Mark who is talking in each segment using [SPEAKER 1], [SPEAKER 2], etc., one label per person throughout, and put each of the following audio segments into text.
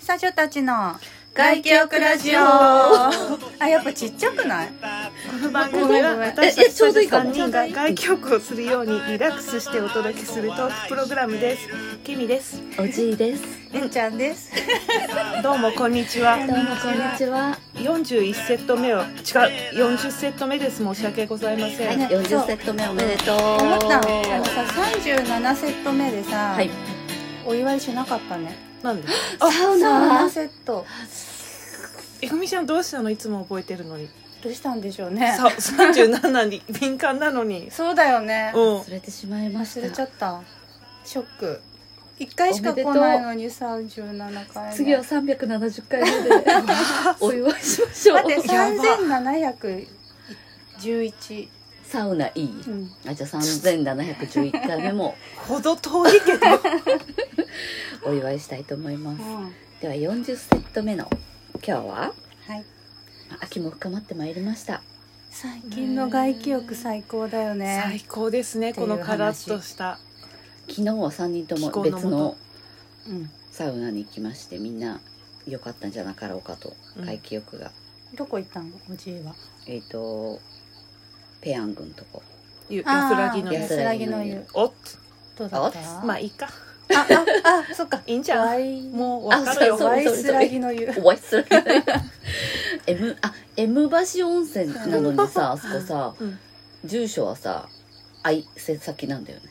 [SPEAKER 1] サジョたちの
[SPEAKER 2] 外記憶ラジ オ
[SPEAKER 1] あやっぱちっちゃくない
[SPEAKER 3] この番組は私
[SPEAKER 2] え
[SPEAKER 3] た
[SPEAKER 2] え
[SPEAKER 3] ち
[SPEAKER 2] ちょうどいいかも
[SPEAKER 3] 3人が外記憶をするようにリラックスしてお届けするトークプログラムですケミです
[SPEAKER 2] おじいです
[SPEAKER 1] えっちゃんです
[SPEAKER 3] どうもこんにちは
[SPEAKER 2] どうもこんにちは
[SPEAKER 3] 41セット目を違う40セット目です申し訳ございません、
[SPEAKER 1] はい
[SPEAKER 2] 40セット目おめでとう
[SPEAKER 1] 思ったのあのさ37セット目でさ、
[SPEAKER 2] はい
[SPEAKER 1] お祝いしなかったね
[SPEAKER 3] なんで
[SPEAKER 2] サウナ
[SPEAKER 1] 37セット
[SPEAKER 3] えぐみちゃんどうしたのいつも覚えてるのに
[SPEAKER 1] どうしたんでしょうね
[SPEAKER 3] さ37に敏感なのに
[SPEAKER 1] そうだよね
[SPEAKER 3] うん
[SPEAKER 2] 忘れてしまいまし
[SPEAKER 1] 忘れちゃ
[SPEAKER 2] た
[SPEAKER 1] ったショック1回しか来ないのに37回目
[SPEAKER 2] 次は370回 目でお祝いしましょう
[SPEAKER 1] 待って
[SPEAKER 3] やば
[SPEAKER 1] 3711、
[SPEAKER 2] サウナいい
[SPEAKER 1] うん、
[SPEAKER 2] あじゃあ3711回目 も
[SPEAKER 3] ほど遠いけど
[SPEAKER 2] お祝いしたいと思います
[SPEAKER 1] うん
[SPEAKER 2] では40セット目の今日は
[SPEAKER 1] はい
[SPEAKER 2] 秋も深まってまいりました
[SPEAKER 1] 最近の外気浴最高だよ
[SPEAKER 3] 最
[SPEAKER 1] ね
[SPEAKER 3] 高ですねこのカラッとした
[SPEAKER 2] 昨日は3人とも
[SPEAKER 3] 気候の
[SPEAKER 2] 別
[SPEAKER 3] も
[SPEAKER 2] の
[SPEAKER 3] と
[SPEAKER 1] うん
[SPEAKER 2] サウナに行きましてみんな良かったんじゃなかろうかと
[SPEAKER 3] うん
[SPEAKER 2] 外気浴が、
[SPEAKER 1] どこ行ったのおじいは
[SPEAKER 2] えっ、とペヤングのとこ
[SPEAKER 3] ゆ安らぎの
[SPEAKER 1] あー
[SPEAKER 3] 湯
[SPEAKER 1] 安らぎの湯
[SPEAKER 3] おっ
[SPEAKER 1] どうだった
[SPEAKER 2] あ
[SPEAKER 3] まあいいか
[SPEAKER 1] あああそっか
[SPEAKER 3] いいんじゃ
[SPEAKER 1] ワ
[SPEAKER 3] ん
[SPEAKER 1] イ
[SPEAKER 3] もうわかる
[SPEAKER 2] あ
[SPEAKER 3] よ
[SPEAKER 2] そう
[SPEAKER 1] ワイスラギの湯
[SPEAKER 2] お会いする M あ M 橋温泉なのにさあそこさ
[SPEAKER 3] うん
[SPEAKER 2] 住所はさ愛せ先なんだよね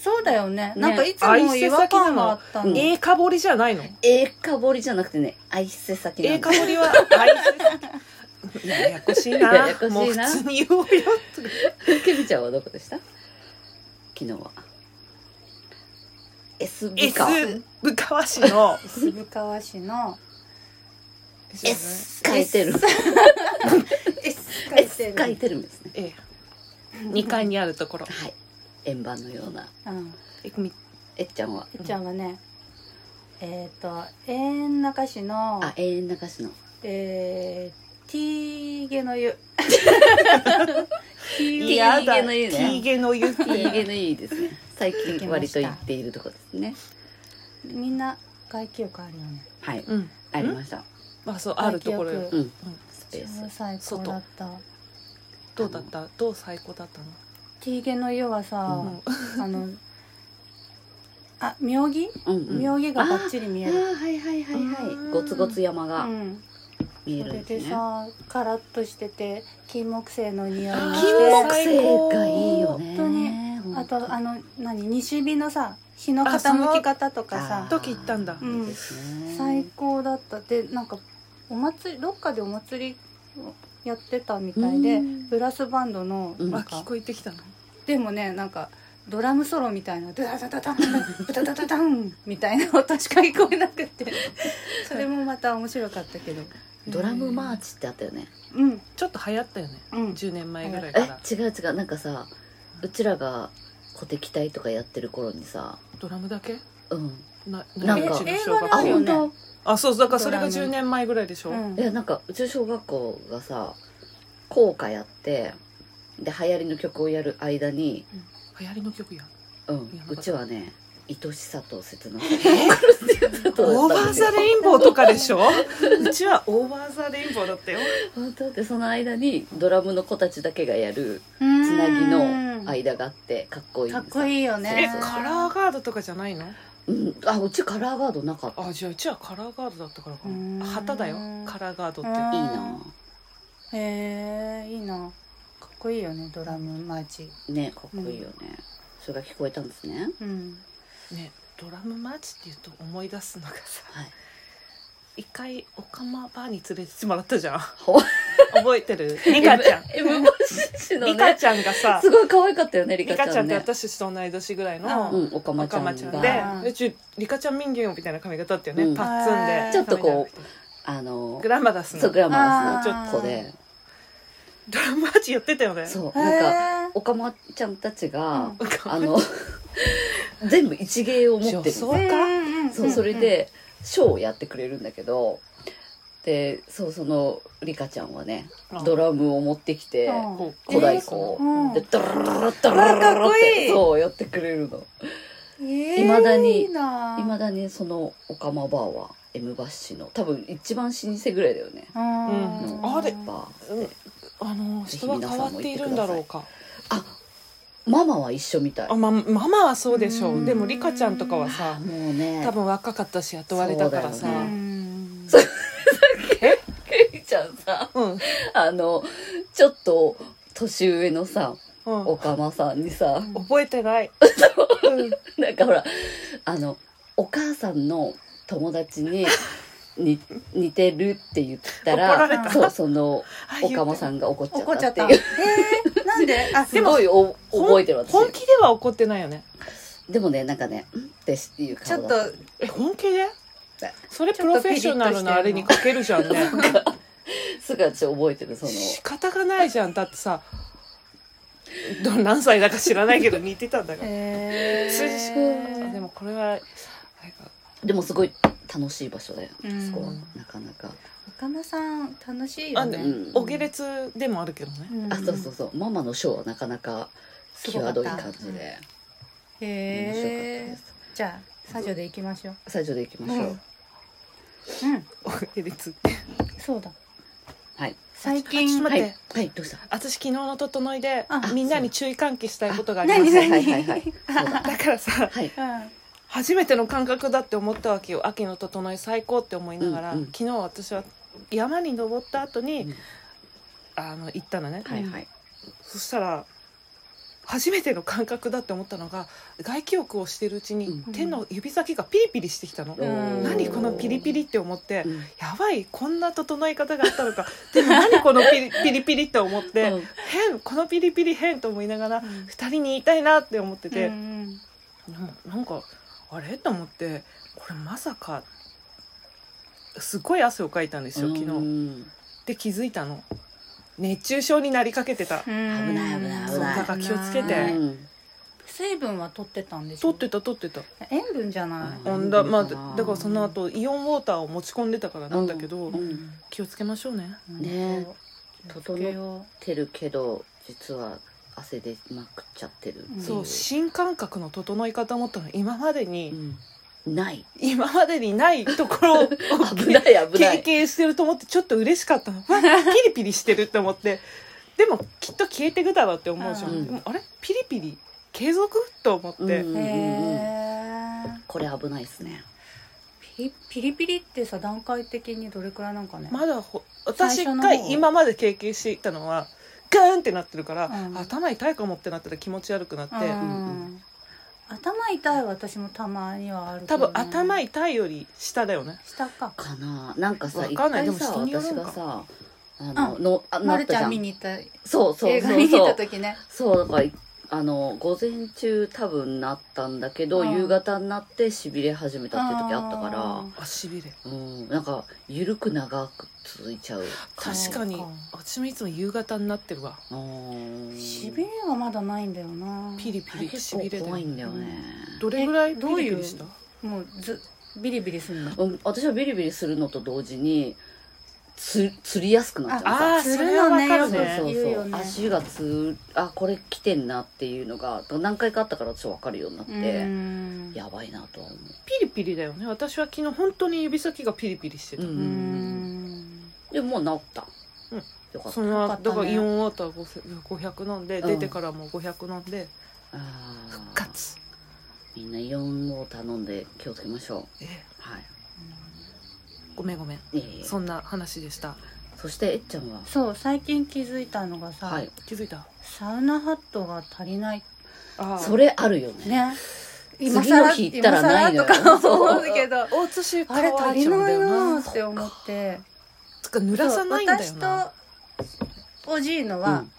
[SPEAKER 1] そうだよね
[SPEAKER 2] ね
[SPEAKER 1] なんかいつも違和感があったの
[SPEAKER 2] うん
[SPEAKER 3] ええかぼりじゃないの
[SPEAKER 2] ええかぼりじゃなくてね愛せ先
[SPEAKER 3] え
[SPEAKER 2] な
[SPEAKER 3] え
[SPEAKER 2] んだ
[SPEAKER 3] か
[SPEAKER 2] よ
[SPEAKER 3] ぼりはあい つややこしいな
[SPEAKER 2] ややこしいな
[SPEAKER 3] もう普通に言おうよ
[SPEAKER 2] ケビちゃんはどこでした昨日は SB か
[SPEAKER 3] S ぶかわ市の
[SPEAKER 1] 渋川市の
[SPEAKER 2] S 書いてる
[SPEAKER 1] S 書い
[SPEAKER 2] S
[SPEAKER 1] て
[SPEAKER 2] 書い
[SPEAKER 1] る
[SPEAKER 2] てるんですね
[SPEAKER 3] ええ二階にあるところ
[SPEAKER 2] はい円盤のような
[SPEAKER 1] うん
[SPEAKER 3] えみ
[SPEAKER 2] えっちゃんは
[SPEAKER 1] えっちゃんはねえっと永遠中市の
[SPEAKER 2] あ永遠流しの
[SPEAKER 1] えー、ティーゲの湯 ティーゲ
[SPEAKER 3] やだ
[SPEAKER 2] ティーゲの湯ね
[SPEAKER 3] ティー
[SPEAKER 2] いい毛
[SPEAKER 3] ゲの湯って
[SPEAKER 2] のいいですね最近割と言っているとこですね
[SPEAKER 1] みんな外気浴あるよね
[SPEAKER 2] はい
[SPEAKER 3] うん
[SPEAKER 2] ありました
[SPEAKER 3] まあそうあるところよ
[SPEAKER 1] 外気浴
[SPEAKER 2] うんスペー
[SPEAKER 1] 超
[SPEAKER 2] ス
[SPEAKER 1] 最高だった
[SPEAKER 3] どうだったどう最高だったの
[SPEAKER 1] ティーゲの湯はさ、 あのあ妙義
[SPEAKER 2] うんうん
[SPEAKER 1] 妙義がバッチリ見
[SPEAKER 2] あ
[SPEAKER 1] える、
[SPEAKER 2] ーはいはいはいはいゴツゴツ山
[SPEAKER 1] う
[SPEAKER 2] が
[SPEAKER 1] ん、
[SPEAKER 2] 見え
[SPEAKER 1] そ
[SPEAKER 2] る
[SPEAKER 1] れ
[SPEAKER 2] んで
[SPEAKER 1] です
[SPEAKER 2] ね
[SPEAKER 1] さカラッとしてて金木犀の匂いが
[SPEAKER 3] あー
[SPEAKER 1] し
[SPEAKER 2] 金
[SPEAKER 1] て
[SPEAKER 2] 木犀がいいよ
[SPEAKER 1] 本
[SPEAKER 2] ね
[SPEAKER 1] 当にあとあの何西日のさ日の傾き方とかさ
[SPEAKER 3] 時行ったんだ
[SPEAKER 1] うん最高だったでなんかお祭りどっかでお祭りをやってたみたいで、
[SPEAKER 2] うん
[SPEAKER 1] ブラスバンドの
[SPEAKER 2] うん
[SPEAKER 1] な
[SPEAKER 3] あ
[SPEAKER 1] んか
[SPEAKER 3] 聞、こえてきたの
[SPEAKER 1] でもねなんかドラムソロみたいなドゥダダダダンドゥダダダダンみたいな音しか聞こえなくてそれもまた面白かったけど
[SPEAKER 2] ドラムマーチってあったよね
[SPEAKER 1] うん
[SPEAKER 3] ちょっと流行ったよね
[SPEAKER 1] うん
[SPEAKER 3] 10年前ぐらい
[SPEAKER 2] え
[SPEAKER 3] から
[SPEAKER 2] 違う違うなんかさうちらが小敵隊とかやってる頃にさ
[SPEAKER 3] ドラムだけ
[SPEAKER 2] うん
[SPEAKER 3] な
[SPEAKER 2] なんか
[SPEAKER 3] うちの小学
[SPEAKER 1] あ
[SPEAKER 2] あ
[SPEAKER 1] るよ
[SPEAKER 2] 本
[SPEAKER 1] ね
[SPEAKER 2] 当
[SPEAKER 3] あそうだからそれが
[SPEAKER 1] ドラム
[SPEAKER 3] 10年前ぐらいでしょ、
[SPEAKER 1] うん
[SPEAKER 2] いやなんかうちの小学校がさ校歌やってで流行りの曲をやる間に、
[SPEAKER 3] 流行りの曲や
[SPEAKER 2] うん
[SPEAKER 3] や、ば
[SPEAKER 2] う
[SPEAKER 3] かった
[SPEAKER 2] ちはね愛しさと切なさと 殺し方
[SPEAKER 3] オ
[SPEAKER 2] と
[SPEAKER 3] ーバ
[SPEAKER 2] だったんで
[SPEAKER 3] ー
[SPEAKER 2] すよ
[SPEAKER 3] ザレインボーとかでしょうちはオーバーザレインボーだったよ
[SPEAKER 2] 本当でその間にドラムの子たちだけがやる
[SPEAKER 1] うん
[SPEAKER 2] つなぎの間があってかっこいい
[SPEAKER 1] かっこいいよ
[SPEAKER 2] そう
[SPEAKER 3] え
[SPEAKER 1] ね
[SPEAKER 2] そう
[SPEAKER 3] カラーガードとかじゃないの
[SPEAKER 2] うん、あうちカラーガードなかったい
[SPEAKER 3] あじゃあうちはカラーガードだったからか
[SPEAKER 1] うーん
[SPEAKER 3] な旗だよカラーガードって
[SPEAKER 1] うん
[SPEAKER 2] いな
[SPEAKER 1] へえいいなかっこいいよねドラムマーチ
[SPEAKER 2] ねかっこいいよね、それが聞こえたんですね
[SPEAKER 1] うん
[SPEAKER 3] ねドラムマーチっていうと思い出すのがさ
[SPEAKER 2] はい
[SPEAKER 3] 一回オカマバーに連れてってもらったじゃん
[SPEAKER 2] ほ
[SPEAKER 3] 覚えてるリカちゃん
[SPEAKER 2] M ボシシの
[SPEAKER 3] リカ
[SPEAKER 2] ね
[SPEAKER 3] ちゃんがさ
[SPEAKER 2] すごい可愛かったよねリ
[SPEAKER 3] リ
[SPEAKER 2] カ
[SPEAKER 3] カ
[SPEAKER 2] ち
[SPEAKER 3] ち
[SPEAKER 2] ゃ
[SPEAKER 3] ゃん
[SPEAKER 2] ん
[SPEAKER 3] って
[SPEAKER 2] ね
[SPEAKER 3] 私たちと同い年ぐらい
[SPEAKER 2] うん
[SPEAKER 3] の
[SPEAKER 2] おかま
[SPEAKER 3] オ
[SPEAKER 2] ちゃ
[SPEAKER 3] カ
[SPEAKER 2] んが
[SPEAKER 3] マちゃん
[SPEAKER 1] うん
[SPEAKER 3] でうちリカちゃん民謡みたいな髪型だったよね、
[SPEAKER 2] うん
[SPEAKER 3] パッツン
[SPEAKER 1] は
[SPEAKER 3] で
[SPEAKER 1] い
[SPEAKER 2] ちょっとこう
[SPEAKER 3] 髪
[SPEAKER 2] あの
[SPEAKER 3] 長いグラマラス
[SPEAKER 2] そ
[SPEAKER 3] の
[SPEAKER 2] うグラマラス
[SPEAKER 1] あ
[SPEAKER 2] の
[SPEAKER 1] ー
[SPEAKER 2] 子で
[SPEAKER 3] ドラマーチやってたよね
[SPEAKER 2] そう
[SPEAKER 1] へ
[SPEAKER 2] なんか
[SPEAKER 1] え
[SPEAKER 2] おかまちゃんたちが、
[SPEAKER 3] オカマ
[SPEAKER 2] あの全部一芸を持ってるんです
[SPEAKER 3] 女装か
[SPEAKER 1] んんん
[SPEAKER 2] そうそれでショーをやってくれるんだけどでそうそのリカちゃんはね
[SPEAKER 3] うん
[SPEAKER 2] ドラムを持ってきて
[SPEAKER 1] うん
[SPEAKER 3] こう
[SPEAKER 2] 古代鼓を
[SPEAKER 1] うん
[SPEAKER 2] でドララララララララ
[SPEAKER 1] わあかっこ
[SPEAKER 2] っ
[SPEAKER 1] いい
[SPEAKER 2] てそうやってくれるの
[SPEAKER 1] い
[SPEAKER 2] 未だに
[SPEAKER 1] いいな
[SPEAKER 2] 未だにそのオカマバーは M バッシの多分一番老舗ぐらいだよね
[SPEAKER 1] うん
[SPEAKER 3] うんあれ
[SPEAKER 2] バー
[SPEAKER 3] うん
[SPEAKER 2] って、
[SPEAKER 3] あの
[SPEAKER 2] ぜひ
[SPEAKER 3] 人は変わっているんだろうか
[SPEAKER 2] あママは一緒みたい
[SPEAKER 3] あ、ま、ママはそうでしょ
[SPEAKER 1] う
[SPEAKER 3] うんでもリカちゃんとかは
[SPEAKER 2] あ
[SPEAKER 3] さ
[SPEAKER 2] もうね
[SPEAKER 3] 多分若かったし雇われたからさ
[SPEAKER 2] そうだよ
[SPEAKER 1] うん
[SPEAKER 2] ケイちゃんさ
[SPEAKER 3] ん
[SPEAKER 2] あのちょっと年上のさ
[SPEAKER 3] う
[SPEAKER 2] オカマさんにさ
[SPEAKER 3] ん、覚えてない、うん
[SPEAKER 2] なんかほらあのお母さんの友達にに似てるって言ったら
[SPEAKER 3] 怒られ
[SPEAKER 1] た
[SPEAKER 2] そうその
[SPEAKER 3] あ
[SPEAKER 2] おかまさんが怒っち
[SPEAKER 1] 怒っち
[SPEAKER 2] ゃ
[SPEAKER 1] ゃ
[SPEAKER 2] っ
[SPEAKER 1] ったたへ
[SPEAKER 2] っていう
[SPEAKER 1] えなんであ
[SPEAKER 2] すごいお
[SPEAKER 3] ほん
[SPEAKER 2] 覚えてる私
[SPEAKER 3] 本気では怒ってないよね
[SPEAKER 2] でもねなんかね「ん?」っていう
[SPEAKER 1] ちょ
[SPEAKER 2] 顔
[SPEAKER 1] っ
[SPEAKER 2] だ
[SPEAKER 1] と
[SPEAKER 2] っ
[SPEAKER 3] え本気でそれ
[SPEAKER 1] ち
[SPEAKER 3] プ
[SPEAKER 1] ょっ
[SPEAKER 3] ロ
[SPEAKER 1] と
[SPEAKER 3] フェッショナルなあれに
[SPEAKER 1] ピリ
[SPEAKER 3] かけるじゃんね
[SPEAKER 2] たすぐ私覚えてるその
[SPEAKER 3] 仕方がないじゃんだってさど何歳だか知らないけど似てたんだから
[SPEAKER 1] へ
[SPEAKER 3] あ
[SPEAKER 1] え
[SPEAKER 3] でもこれはなんか
[SPEAKER 2] でもすごい楽しい場所だよ
[SPEAKER 1] うん
[SPEAKER 2] そこはなかなか
[SPEAKER 1] 岡間さん楽しいよ
[SPEAKER 3] あで
[SPEAKER 1] ね
[SPEAKER 2] もうん
[SPEAKER 3] お下劣でもあるけどね
[SPEAKER 1] うん
[SPEAKER 2] あそうそうそうママのショーはなかなか
[SPEAKER 1] すごか
[SPEAKER 2] 際
[SPEAKER 1] った
[SPEAKER 2] どい感じで面白かった
[SPEAKER 1] へ
[SPEAKER 2] で
[SPEAKER 1] え
[SPEAKER 2] す
[SPEAKER 1] じゃあサジョで行きましょう
[SPEAKER 2] 最初でいきましょ
[SPEAKER 1] う
[SPEAKER 2] うん
[SPEAKER 1] うん
[SPEAKER 3] お下劣って
[SPEAKER 1] そうだ
[SPEAKER 2] はい
[SPEAKER 1] 最
[SPEAKER 3] あちょっ
[SPEAKER 1] 近
[SPEAKER 3] と
[SPEAKER 2] は
[SPEAKER 3] 待って
[SPEAKER 2] いはいどうした
[SPEAKER 3] 私昨日の整いで
[SPEAKER 1] あ
[SPEAKER 3] みんなに注意喚起したいことがあり
[SPEAKER 1] 何
[SPEAKER 3] ます
[SPEAKER 1] 何
[SPEAKER 2] はいはいはいそうだ
[SPEAKER 3] だからさ
[SPEAKER 2] はい
[SPEAKER 3] 初めての感覚だって思ったわけよ秋の整い最高って思いながら、
[SPEAKER 2] うんうん
[SPEAKER 3] 昨日私は山に登った後に、
[SPEAKER 2] うん
[SPEAKER 3] あの行ったのね、
[SPEAKER 2] はいはい
[SPEAKER 3] そしたら初めての感覚だって思ったのが外気浴をしてるうちに、
[SPEAKER 2] うん
[SPEAKER 3] 手の指先がピリピリしてきたの、
[SPEAKER 1] ん
[SPEAKER 2] おー
[SPEAKER 3] 何このピリピリって思って、
[SPEAKER 2] うん
[SPEAKER 3] やばいこんな整え方があったのかでも何このピリピリピリって思って、
[SPEAKER 2] うん
[SPEAKER 3] 変このピリピリ変と思いながら、
[SPEAKER 1] う
[SPEAKER 3] 二
[SPEAKER 1] ん
[SPEAKER 3] 人に言いたいなって思ってて、
[SPEAKER 1] でうん
[SPEAKER 3] でもなんかあれと思ってこれまさかすごい汗をかいたんですよ昨
[SPEAKER 2] う
[SPEAKER 3] 日
[SPEAKER 2] ん
[SPEAKER 3] で気づいたの熱中症になりかけてた
[SPEAKER 1] 危
[SPEAKER 2] ない危ない危ない
[SPEAKER 3] だから気をつけて
[SPEAKER 2] うん
[SPEAKER 1] 水分は取ってたんでしょ
[SPEAKER 3] 取ってた取ってた
[SPEAKER 1] 塩分じゃない
[SPEAKER 2] うん
[SPEAKER 3] 温暖まあ
[SPEAKER 2] うん
[SPEAKER 3] だだからその後イオンウォーターを持ち込んでたからなんだけど、
[SPEAKER 2] うん
[SPEAKER 3] 気をつけましょうね
[SPEAKER 2] ね
[SPEAKER 1] 気をつけよ
[SPEAKER 2] てるけど実は汗でまくっちゃってるってい
[SPEAKER 3] そう新感覚の整い方もったの今までに、
[SPEAKER 2] うんない
[SPEAKER 3] 今までにないところを
[SPEAKER 2] 危ない危な
[SPEAKER 3] 経
[SPEAKER 2] い
[SPEAKER 3] 験してると思ってちょっと嬉しかったのわピリピリしてるって思ってでもきっと消えてくだろうって思うじゃん、
[SPEAKER 2] うん
[SPEAKER 3] でもあれピリピリ継続と思って、
[SPEAKER 2] うん
[SPEAKER 1] う
[SPEAKER 2] うんうん
[SPEAKER 1] へー
[SPEAKER 2] これ危ないですね
[SPEAKER 1] ピリピリピリってさ段階的にどれくらいなんかね
[SPEAKER 3] まだほ私
[SPEAKER 1] 最初
[SPEAKER 3] 一
[SPEAKER 1] の
[SPEAKER 3] 回
[SPEAKER 1] 方
[SPEAKER 3] 今まで経験していたのはガーンってなってるから、
[SPEAKER 1] うん
[SPEAKER 3] 頭痛いかもってなったら気持ち悪くなって、
[SPEAKER 1] うん頭痛い私もたまにはあるけ
[SPEAKER 3] 多
[SPEAKER 1] ど
[SPEAKER 3] 分
[SPEAKER 1] ね
[SPEAKER 3] 頭痛いより下だよね
[SPEAKER 1] 下か
[SPEAKER 2] かななんかさ
[SPEAKER 3] わ
[SPEAKER 2] 一
[SPEAKER 3] かんない
[SPEAKER 2] 回さ
[SPEAKER 3] でも人による
[SPEAKER 2] 私
[SPEAKER 3] んか
[SPEAKER 2] がさあの
[SPEAKER 1] う
[SPEAKER 2] のあ
[SPEAKER 1] ま
[SPEAKER 2] なっ
[SPEAKER 1] る
[SPEAKER 2] た
[SPEAKER 1] ち
[SPEAKER 2] じ
[SPEAKER 1] ゃ
[SPEAKER 2] ゃ
[SPEAKER 1] ん見
[SPEAKER 2] ん
[SPEAKER 1] に行った
[SPEAKER 2] そうそう
[SPEAKER 1] 映
[SPEAKER 2] そ
[SPEAKER 1] 画
[SPEAKER 2] う
[SPEAKER 1] 見に行
[SPEAKER 2] そ
[SPEAKER 1] った
[SPEAKER 2] う
[SPEAKER 1] 時ね
[SPEAKER 2] そうだからあの午前中多分なったんだけど、
[SPEAKER 1] うん
[SPEAKER 2] 夕方になってしびれ始めたっていう時あったか
[SPEAKER 3] あしびれ
[SPEAKER 2] らうんなんかゆるく長く続いちゃう
[SPEAKER 3] 確かに
[SPEAKER 1] そうか
[SPEAKER 3] 私もいつも夕方になってるわ
[SPEAKER 2] うん
[SPEAKER 1] しびれはまだないんだよな
[SPEAKER 3] ピリピリ
[SPEAKER 2] 結
[SPEAKER 3] し
[SPEAKER 2] 構
[SPEAKER 3] びれだよ
[SPEAKER 2] 怖いんだよね、
[SPEAKER 3] どれぐらい
[SPEAKER 1] え
[SPEAKER 3] ピ
[SPEAKER 1] どう
[SPEAKER 3] リ
[SPEAKER 1] いう
[SPEAKER 3] ピリした
[SPEAKER 1] もうずビリビリすんの
[SPEAKER 2] うん私はビリビリするのと同時につ釣りやすくなっちゃう
[SPEAKER 3] あー
[SPEAKER 1] つるのね
[SPEAKER 3] それ
[SPEAKER 1] よ
[SPEAKER 2] そ
[SPEAKER 3] はわ
[SPEAKER 2] う
[SPEAKER 3] かるね
[SPEAKER 1] く
[SPEAKER 2] そう
[SPEAKER 1] 言う
[SPEAKER 2] そ
[SPEAKER 1] よ
[SPEAKER 2] う、
[SPEAKER 1] ね
[SPEAKER 2] 足がつあこれ来てんなっていうのが何回かあったからちょっと分かるようになっ
[SPEAKER 1] う
[SPEAKER 2] て、
[SPEAKER 1] ん
[SPEAKER 2] やばいなとは思
[SPEAKER 3] ピリピリだよね私は昨日本当に指先がピリピリして
[SPEAKER 2] う、
[SPEAKER 3] た、
[SPEAKER 1] うーん
[SPEAKER 2] でももう治った、
[SPEAKER 3] うん
[SPEAKER 2] よかった
[SPEAKER 3] その
[SPEAKER 1] よかった
[SPEAKER 3] だ
[SPEAKER 1] ね
[SPEAKER 3] からイオンウォーター5000 500飲んで、
[SPEAKER 2] うん
[SPEAKER 3] 出てからも500飲んで
[SPEAKER 2] あー
[SPEAKER 3] 復活
[SPEAKER 2] みんなイオンを頼んで気をつけましょう
[SPEAKER 3] え
[SPEAKER 2] はい
[SPEAKER 3] ごめんごめん
[SPEAKER 2] いえいえそ
[SPEAKER 3] そんな話でした
[SPEAKER 2] してえっちゃんは
[SPEAKER 1] そう最近気づいたのがさ、
[SPEAKER 2] はい
[SPEAKER 3] 気づいた
[SPEAKER 1] サウナハットが足りない
[SPEAKER 3] あ
[SPEAKER 2] それあるよね
[SPEAKER 1] ね
[SPEAKER 2] 次の日行ったらないのよ
[SPEAKER 1] 今更とか思うけど
[SPEAKER 3] 大津市
[SPEAKER 1] あれ足りないなーっ
[SPEAKER 3] つ
[SPEAKER 1] て思って
[SPEAKER 3] か濡らさないんだよな
[SPEAKER 1] そう私とおじいの
[SPEAKER 2] う
[SPEAKER 1] は
[SPEAKER 2] ん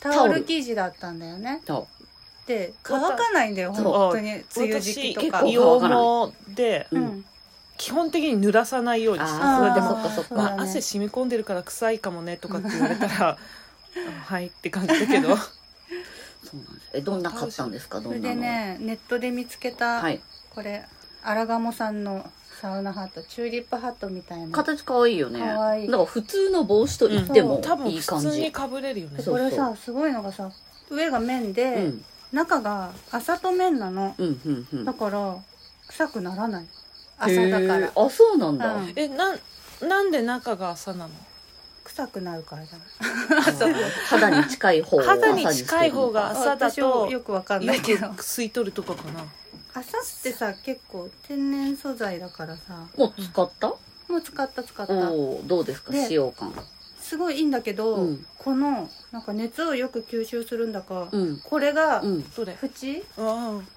[SPEAKER 1] タオル生地だったんだよね
[SPEAKER 2] そ
[SPEAKER 1] で乾かないんだよ
[SPEAKER 2] そう
[SPEAKER 1] 本当に梅雨時期と
[SPEAKER 3] 結
[SPEAKER 1] か
[SPEAKER 3] 構羊毛で
[SPEAKER 2] う
[SPEAKER 1] う
[SPEAKER 2] うん
[SPEAKER 1] ん
[SPEAKER 3] 基本的に濡らさないようにして
[SPEAKER 2] あー
[SPEAKER 3] それで
[SPEAKER 2] そ
[SPEAKER 3] も
[SPEAKER 2] っかそっか
[SPEAKER 1] うだね
[SPEAKER 3] まあ、汗染み込んでるから臭いかもねとかって言われた らあはいって感じだけど
[SPEAKER 2] そうなんですえどんな買ったんですかど
[SPEAKER 1] それ
[SPEAKER 2] んな
[SPEAKER 1] で
[SPEAKER 2] の
[SPEAKER 1] ねネットで見つけ
[SPEAKER 2] は
[SPEAKER 1] た
[SPEAKER 2] い
[SPEAKER 1] これ荒鴨さんのサウナハットチューリップハットみたいな
[SPEAKER 2] 形可愛いよね
[SPEAKER 1] 可愛い
[SPEAKER 2] だから普通の帽子と 言っても
[SPEAKER 3] 多分
[SPEAKER 2] いい感
[SPEAKER 3] 普通に
[SPEAKER 2] じ
[SPEAKER 3] かぶれるよね
[SPEAKER 2] そう
[SPEAKER 1] これさすごいのがさ上が綿
[SPEAKER 2] う
[SPEAKER 1] で
[SPEAKER 2] ん
[SPEAKER 1] 中が麻と綿なの
[SPEAKER 2] うんうんうん
[SPEAKER 1] だから臭くならない麻だか
[SPEAKER 2] へ
[SPEAKER 1] ら
[SPEAKER 2] ーあそうなんだ、
[SPEAKER 1] うん
[SPEAKER 3] えなんなんで中が朝なの
[SPEAKER 1] 臭くなるからじゃない
[SPEAKER 2] 肌に近い方を
[SPEAKER 3] 肌に近い方が
[SPEAKER 2] 朝
[SPEAKER 3] 麻だ
[SPEAKER 1] 私もよ
[SPEAKER 3] と
[SPEAKER 1] くわかんない けど
[SPEAKER 3] よく吸い取るとかかな
[SPEAKER 1] 麻ってさ結構天然素材だからさ
[SPEAKER 2] にしてるのもう使った
[SPEAKER 1] もう使った使った
[SPEAKER 2] おーどうですか
[SPEAKER 1] で
[SPEAKER 2] 使用感
[SPEAKER 1] すごいいいんだけど、
[SPEAKER 2] うん
[SPEAKER 1] このなんか熱をよく吸収するんだか、
[SPEAKER 2] うん
[SPEAKER 1] これが
[SPEAKER 2] うん
[SPEAKER 3] どれ
[SPEAKER 1] 縁
[SPEAKER 3] うん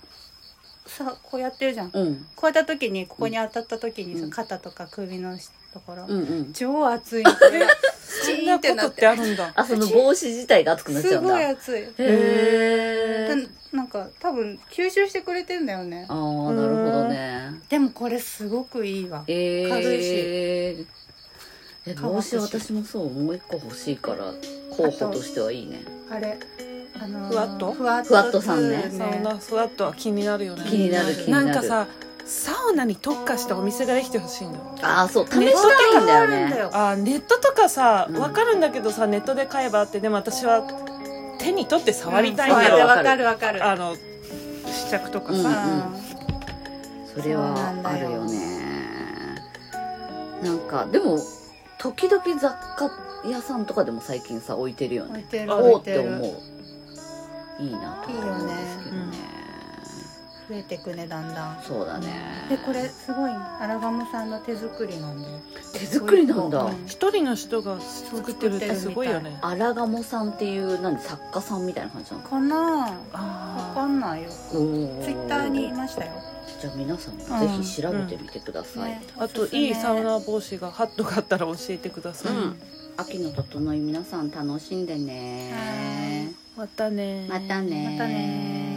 [SPEAKER 1] さこうやってるじゃん、
[SPEAKER 2] うん
[SPEAKER 1] こうやった時にここに当たった時にさ、
[SPEAKER 2] うん
[SPEAKER 1] 肩とか首のところ、
[SPEAKER 2] うんうん
[SPEAKER 1] 超熱い のチ
[SPEAKER 3] そん
[SPEAKER 1] ーン
[SPEAKER 3] な
[SPEAKER 1] っ
[SPEAKER 3] こ
[SPEAKER 1] てな
[SPEAKER 3] と
[SPEAKER 1] っ
[SPEAKER 3] って
[SPEAKER 1] て
[SPEAKER 3] あるんだ
[SPEAKER 2] あその帽子自体が熱くなっちゃ
[SPEAKER 1] す
[SPEAKER 2] うん
[SPEAKER 1] ご
[SPEAKER 2] だ
[SPEAKER 1] い
[SPEAKER 2] へ
[SPEAKER 1] 熱い
[SPEAKER 2] え
[SPEAKER 1] でなんか多分吸収してくれてんだよね
[SPEAKER 2] ああなるほどね
[SPEAKER 1] でもこれすごくいいわ
[SPEAKER 2] えー、
[SPEAKER 1] 軽いし
[SPEAKER 2] え
[SPEAKER 1] 乾
[SPEAKER 2] 帽
[SPEAKER 1] くし
[SPEAKER 2] 子私もそうもう一個欲しいから候補としてはいいね
[SPEAKER 1] あれあのー
[SPEAKER 3] ふわっと
[SPEAKER 1] ふわっと
[SPEAKER 2] ふわっとさんね
[SPEAKER 1] ツー
[SPEAKER 3] サウナふわっとは気になるよね
[SPEAKER 2] 気になる気にな
[SPEAKER 3] な
[SPEAKER 2] る
[SPEAKER 3] んかさサウナに特化したお店ができてほしいんだ
[SPEAKER 2] ああそう試
[SPEAKER 3] ネッ
[SPEAKER 2] し
[SPEAKER 3] トと
[SPEAKER 2] たいんだよ
[SPEAKER 1] あるんだ
[SPEAKER 2] ね
[SPEAKER 1] よ
[SPEAKER 3] あーネットとかさ
[SPEAKER 2] うん
[SPEAKER 3] わかるんだけどさネットで買えばあってでも私は手に取って触りたいんだ
[SPEAKER 2] 触り
[SPEAKER 3] よ
[SPEAKER 2] たい
[SPEAKER 1] わかるわかる
[SPEAKER 3] あの試着とか
[SPEAKER 2] うん
[SPEAKER 3] さ、
[SPEAKER 2] それはあるよねなんかでも時々雑貨屋さんとかでも最近さ置いてるよ
[SPEAKER 1] 置い
[SPEAKER 2] ね
[SPEAKER 1] てる
[SPEAKER 3] あ
[SPEAKER 1] 置
[SPEAKER 2] おお
[SPEAKER 1] い
[SPEAKER 2] ってて
[SPEAKER 1] る
[SPEAKER 2] 思ういいなと思うんですけど
[SPEAKER 3] いいよ
[SPEAKER 2] ね
[SPEAKER 3] ね
[SPEAKER 1] 増えてくねだんだん
[SPEAKER 2] そうだね
[SPEAKER 1] でこれすごいアラガムさんの手作りなんだよ
[SPEAKER 2] 手作りなん
[SPEAKER 1] う
[SPEAKER 2] だ
[SPEAKER 1] ん
[SPEAKER 3] 一人の人が作ってるってすごいよね
[SPEAKER 2] 荒鴨さんっていう何作家さんみたいな感じなの
[SPEAKER 1] かなわ
[SPEAKER 3] あ
[SPEAKER 1] かんないよ
[SPEAKER 2] ツ
[SPEAKER 1] ツイッターにいましたよ
[SPEAKER 2] じゃあ皆さんもぜひ調べてみてください、
[SPEAKER 1] ね
[SPEAKER 3] ーあと
[SPEAKER 1] おすすめ
[SPEAKER 3] いいサウナ帽子がハットがあったら教えてください、
[SPEAKER 2] うん秋の整い皆さん楽しんでね
[SPEAKER 1] は
[SPEAKER 3] またねー
[SPEAKER 2] またねー
[SPEAKER 1] またねー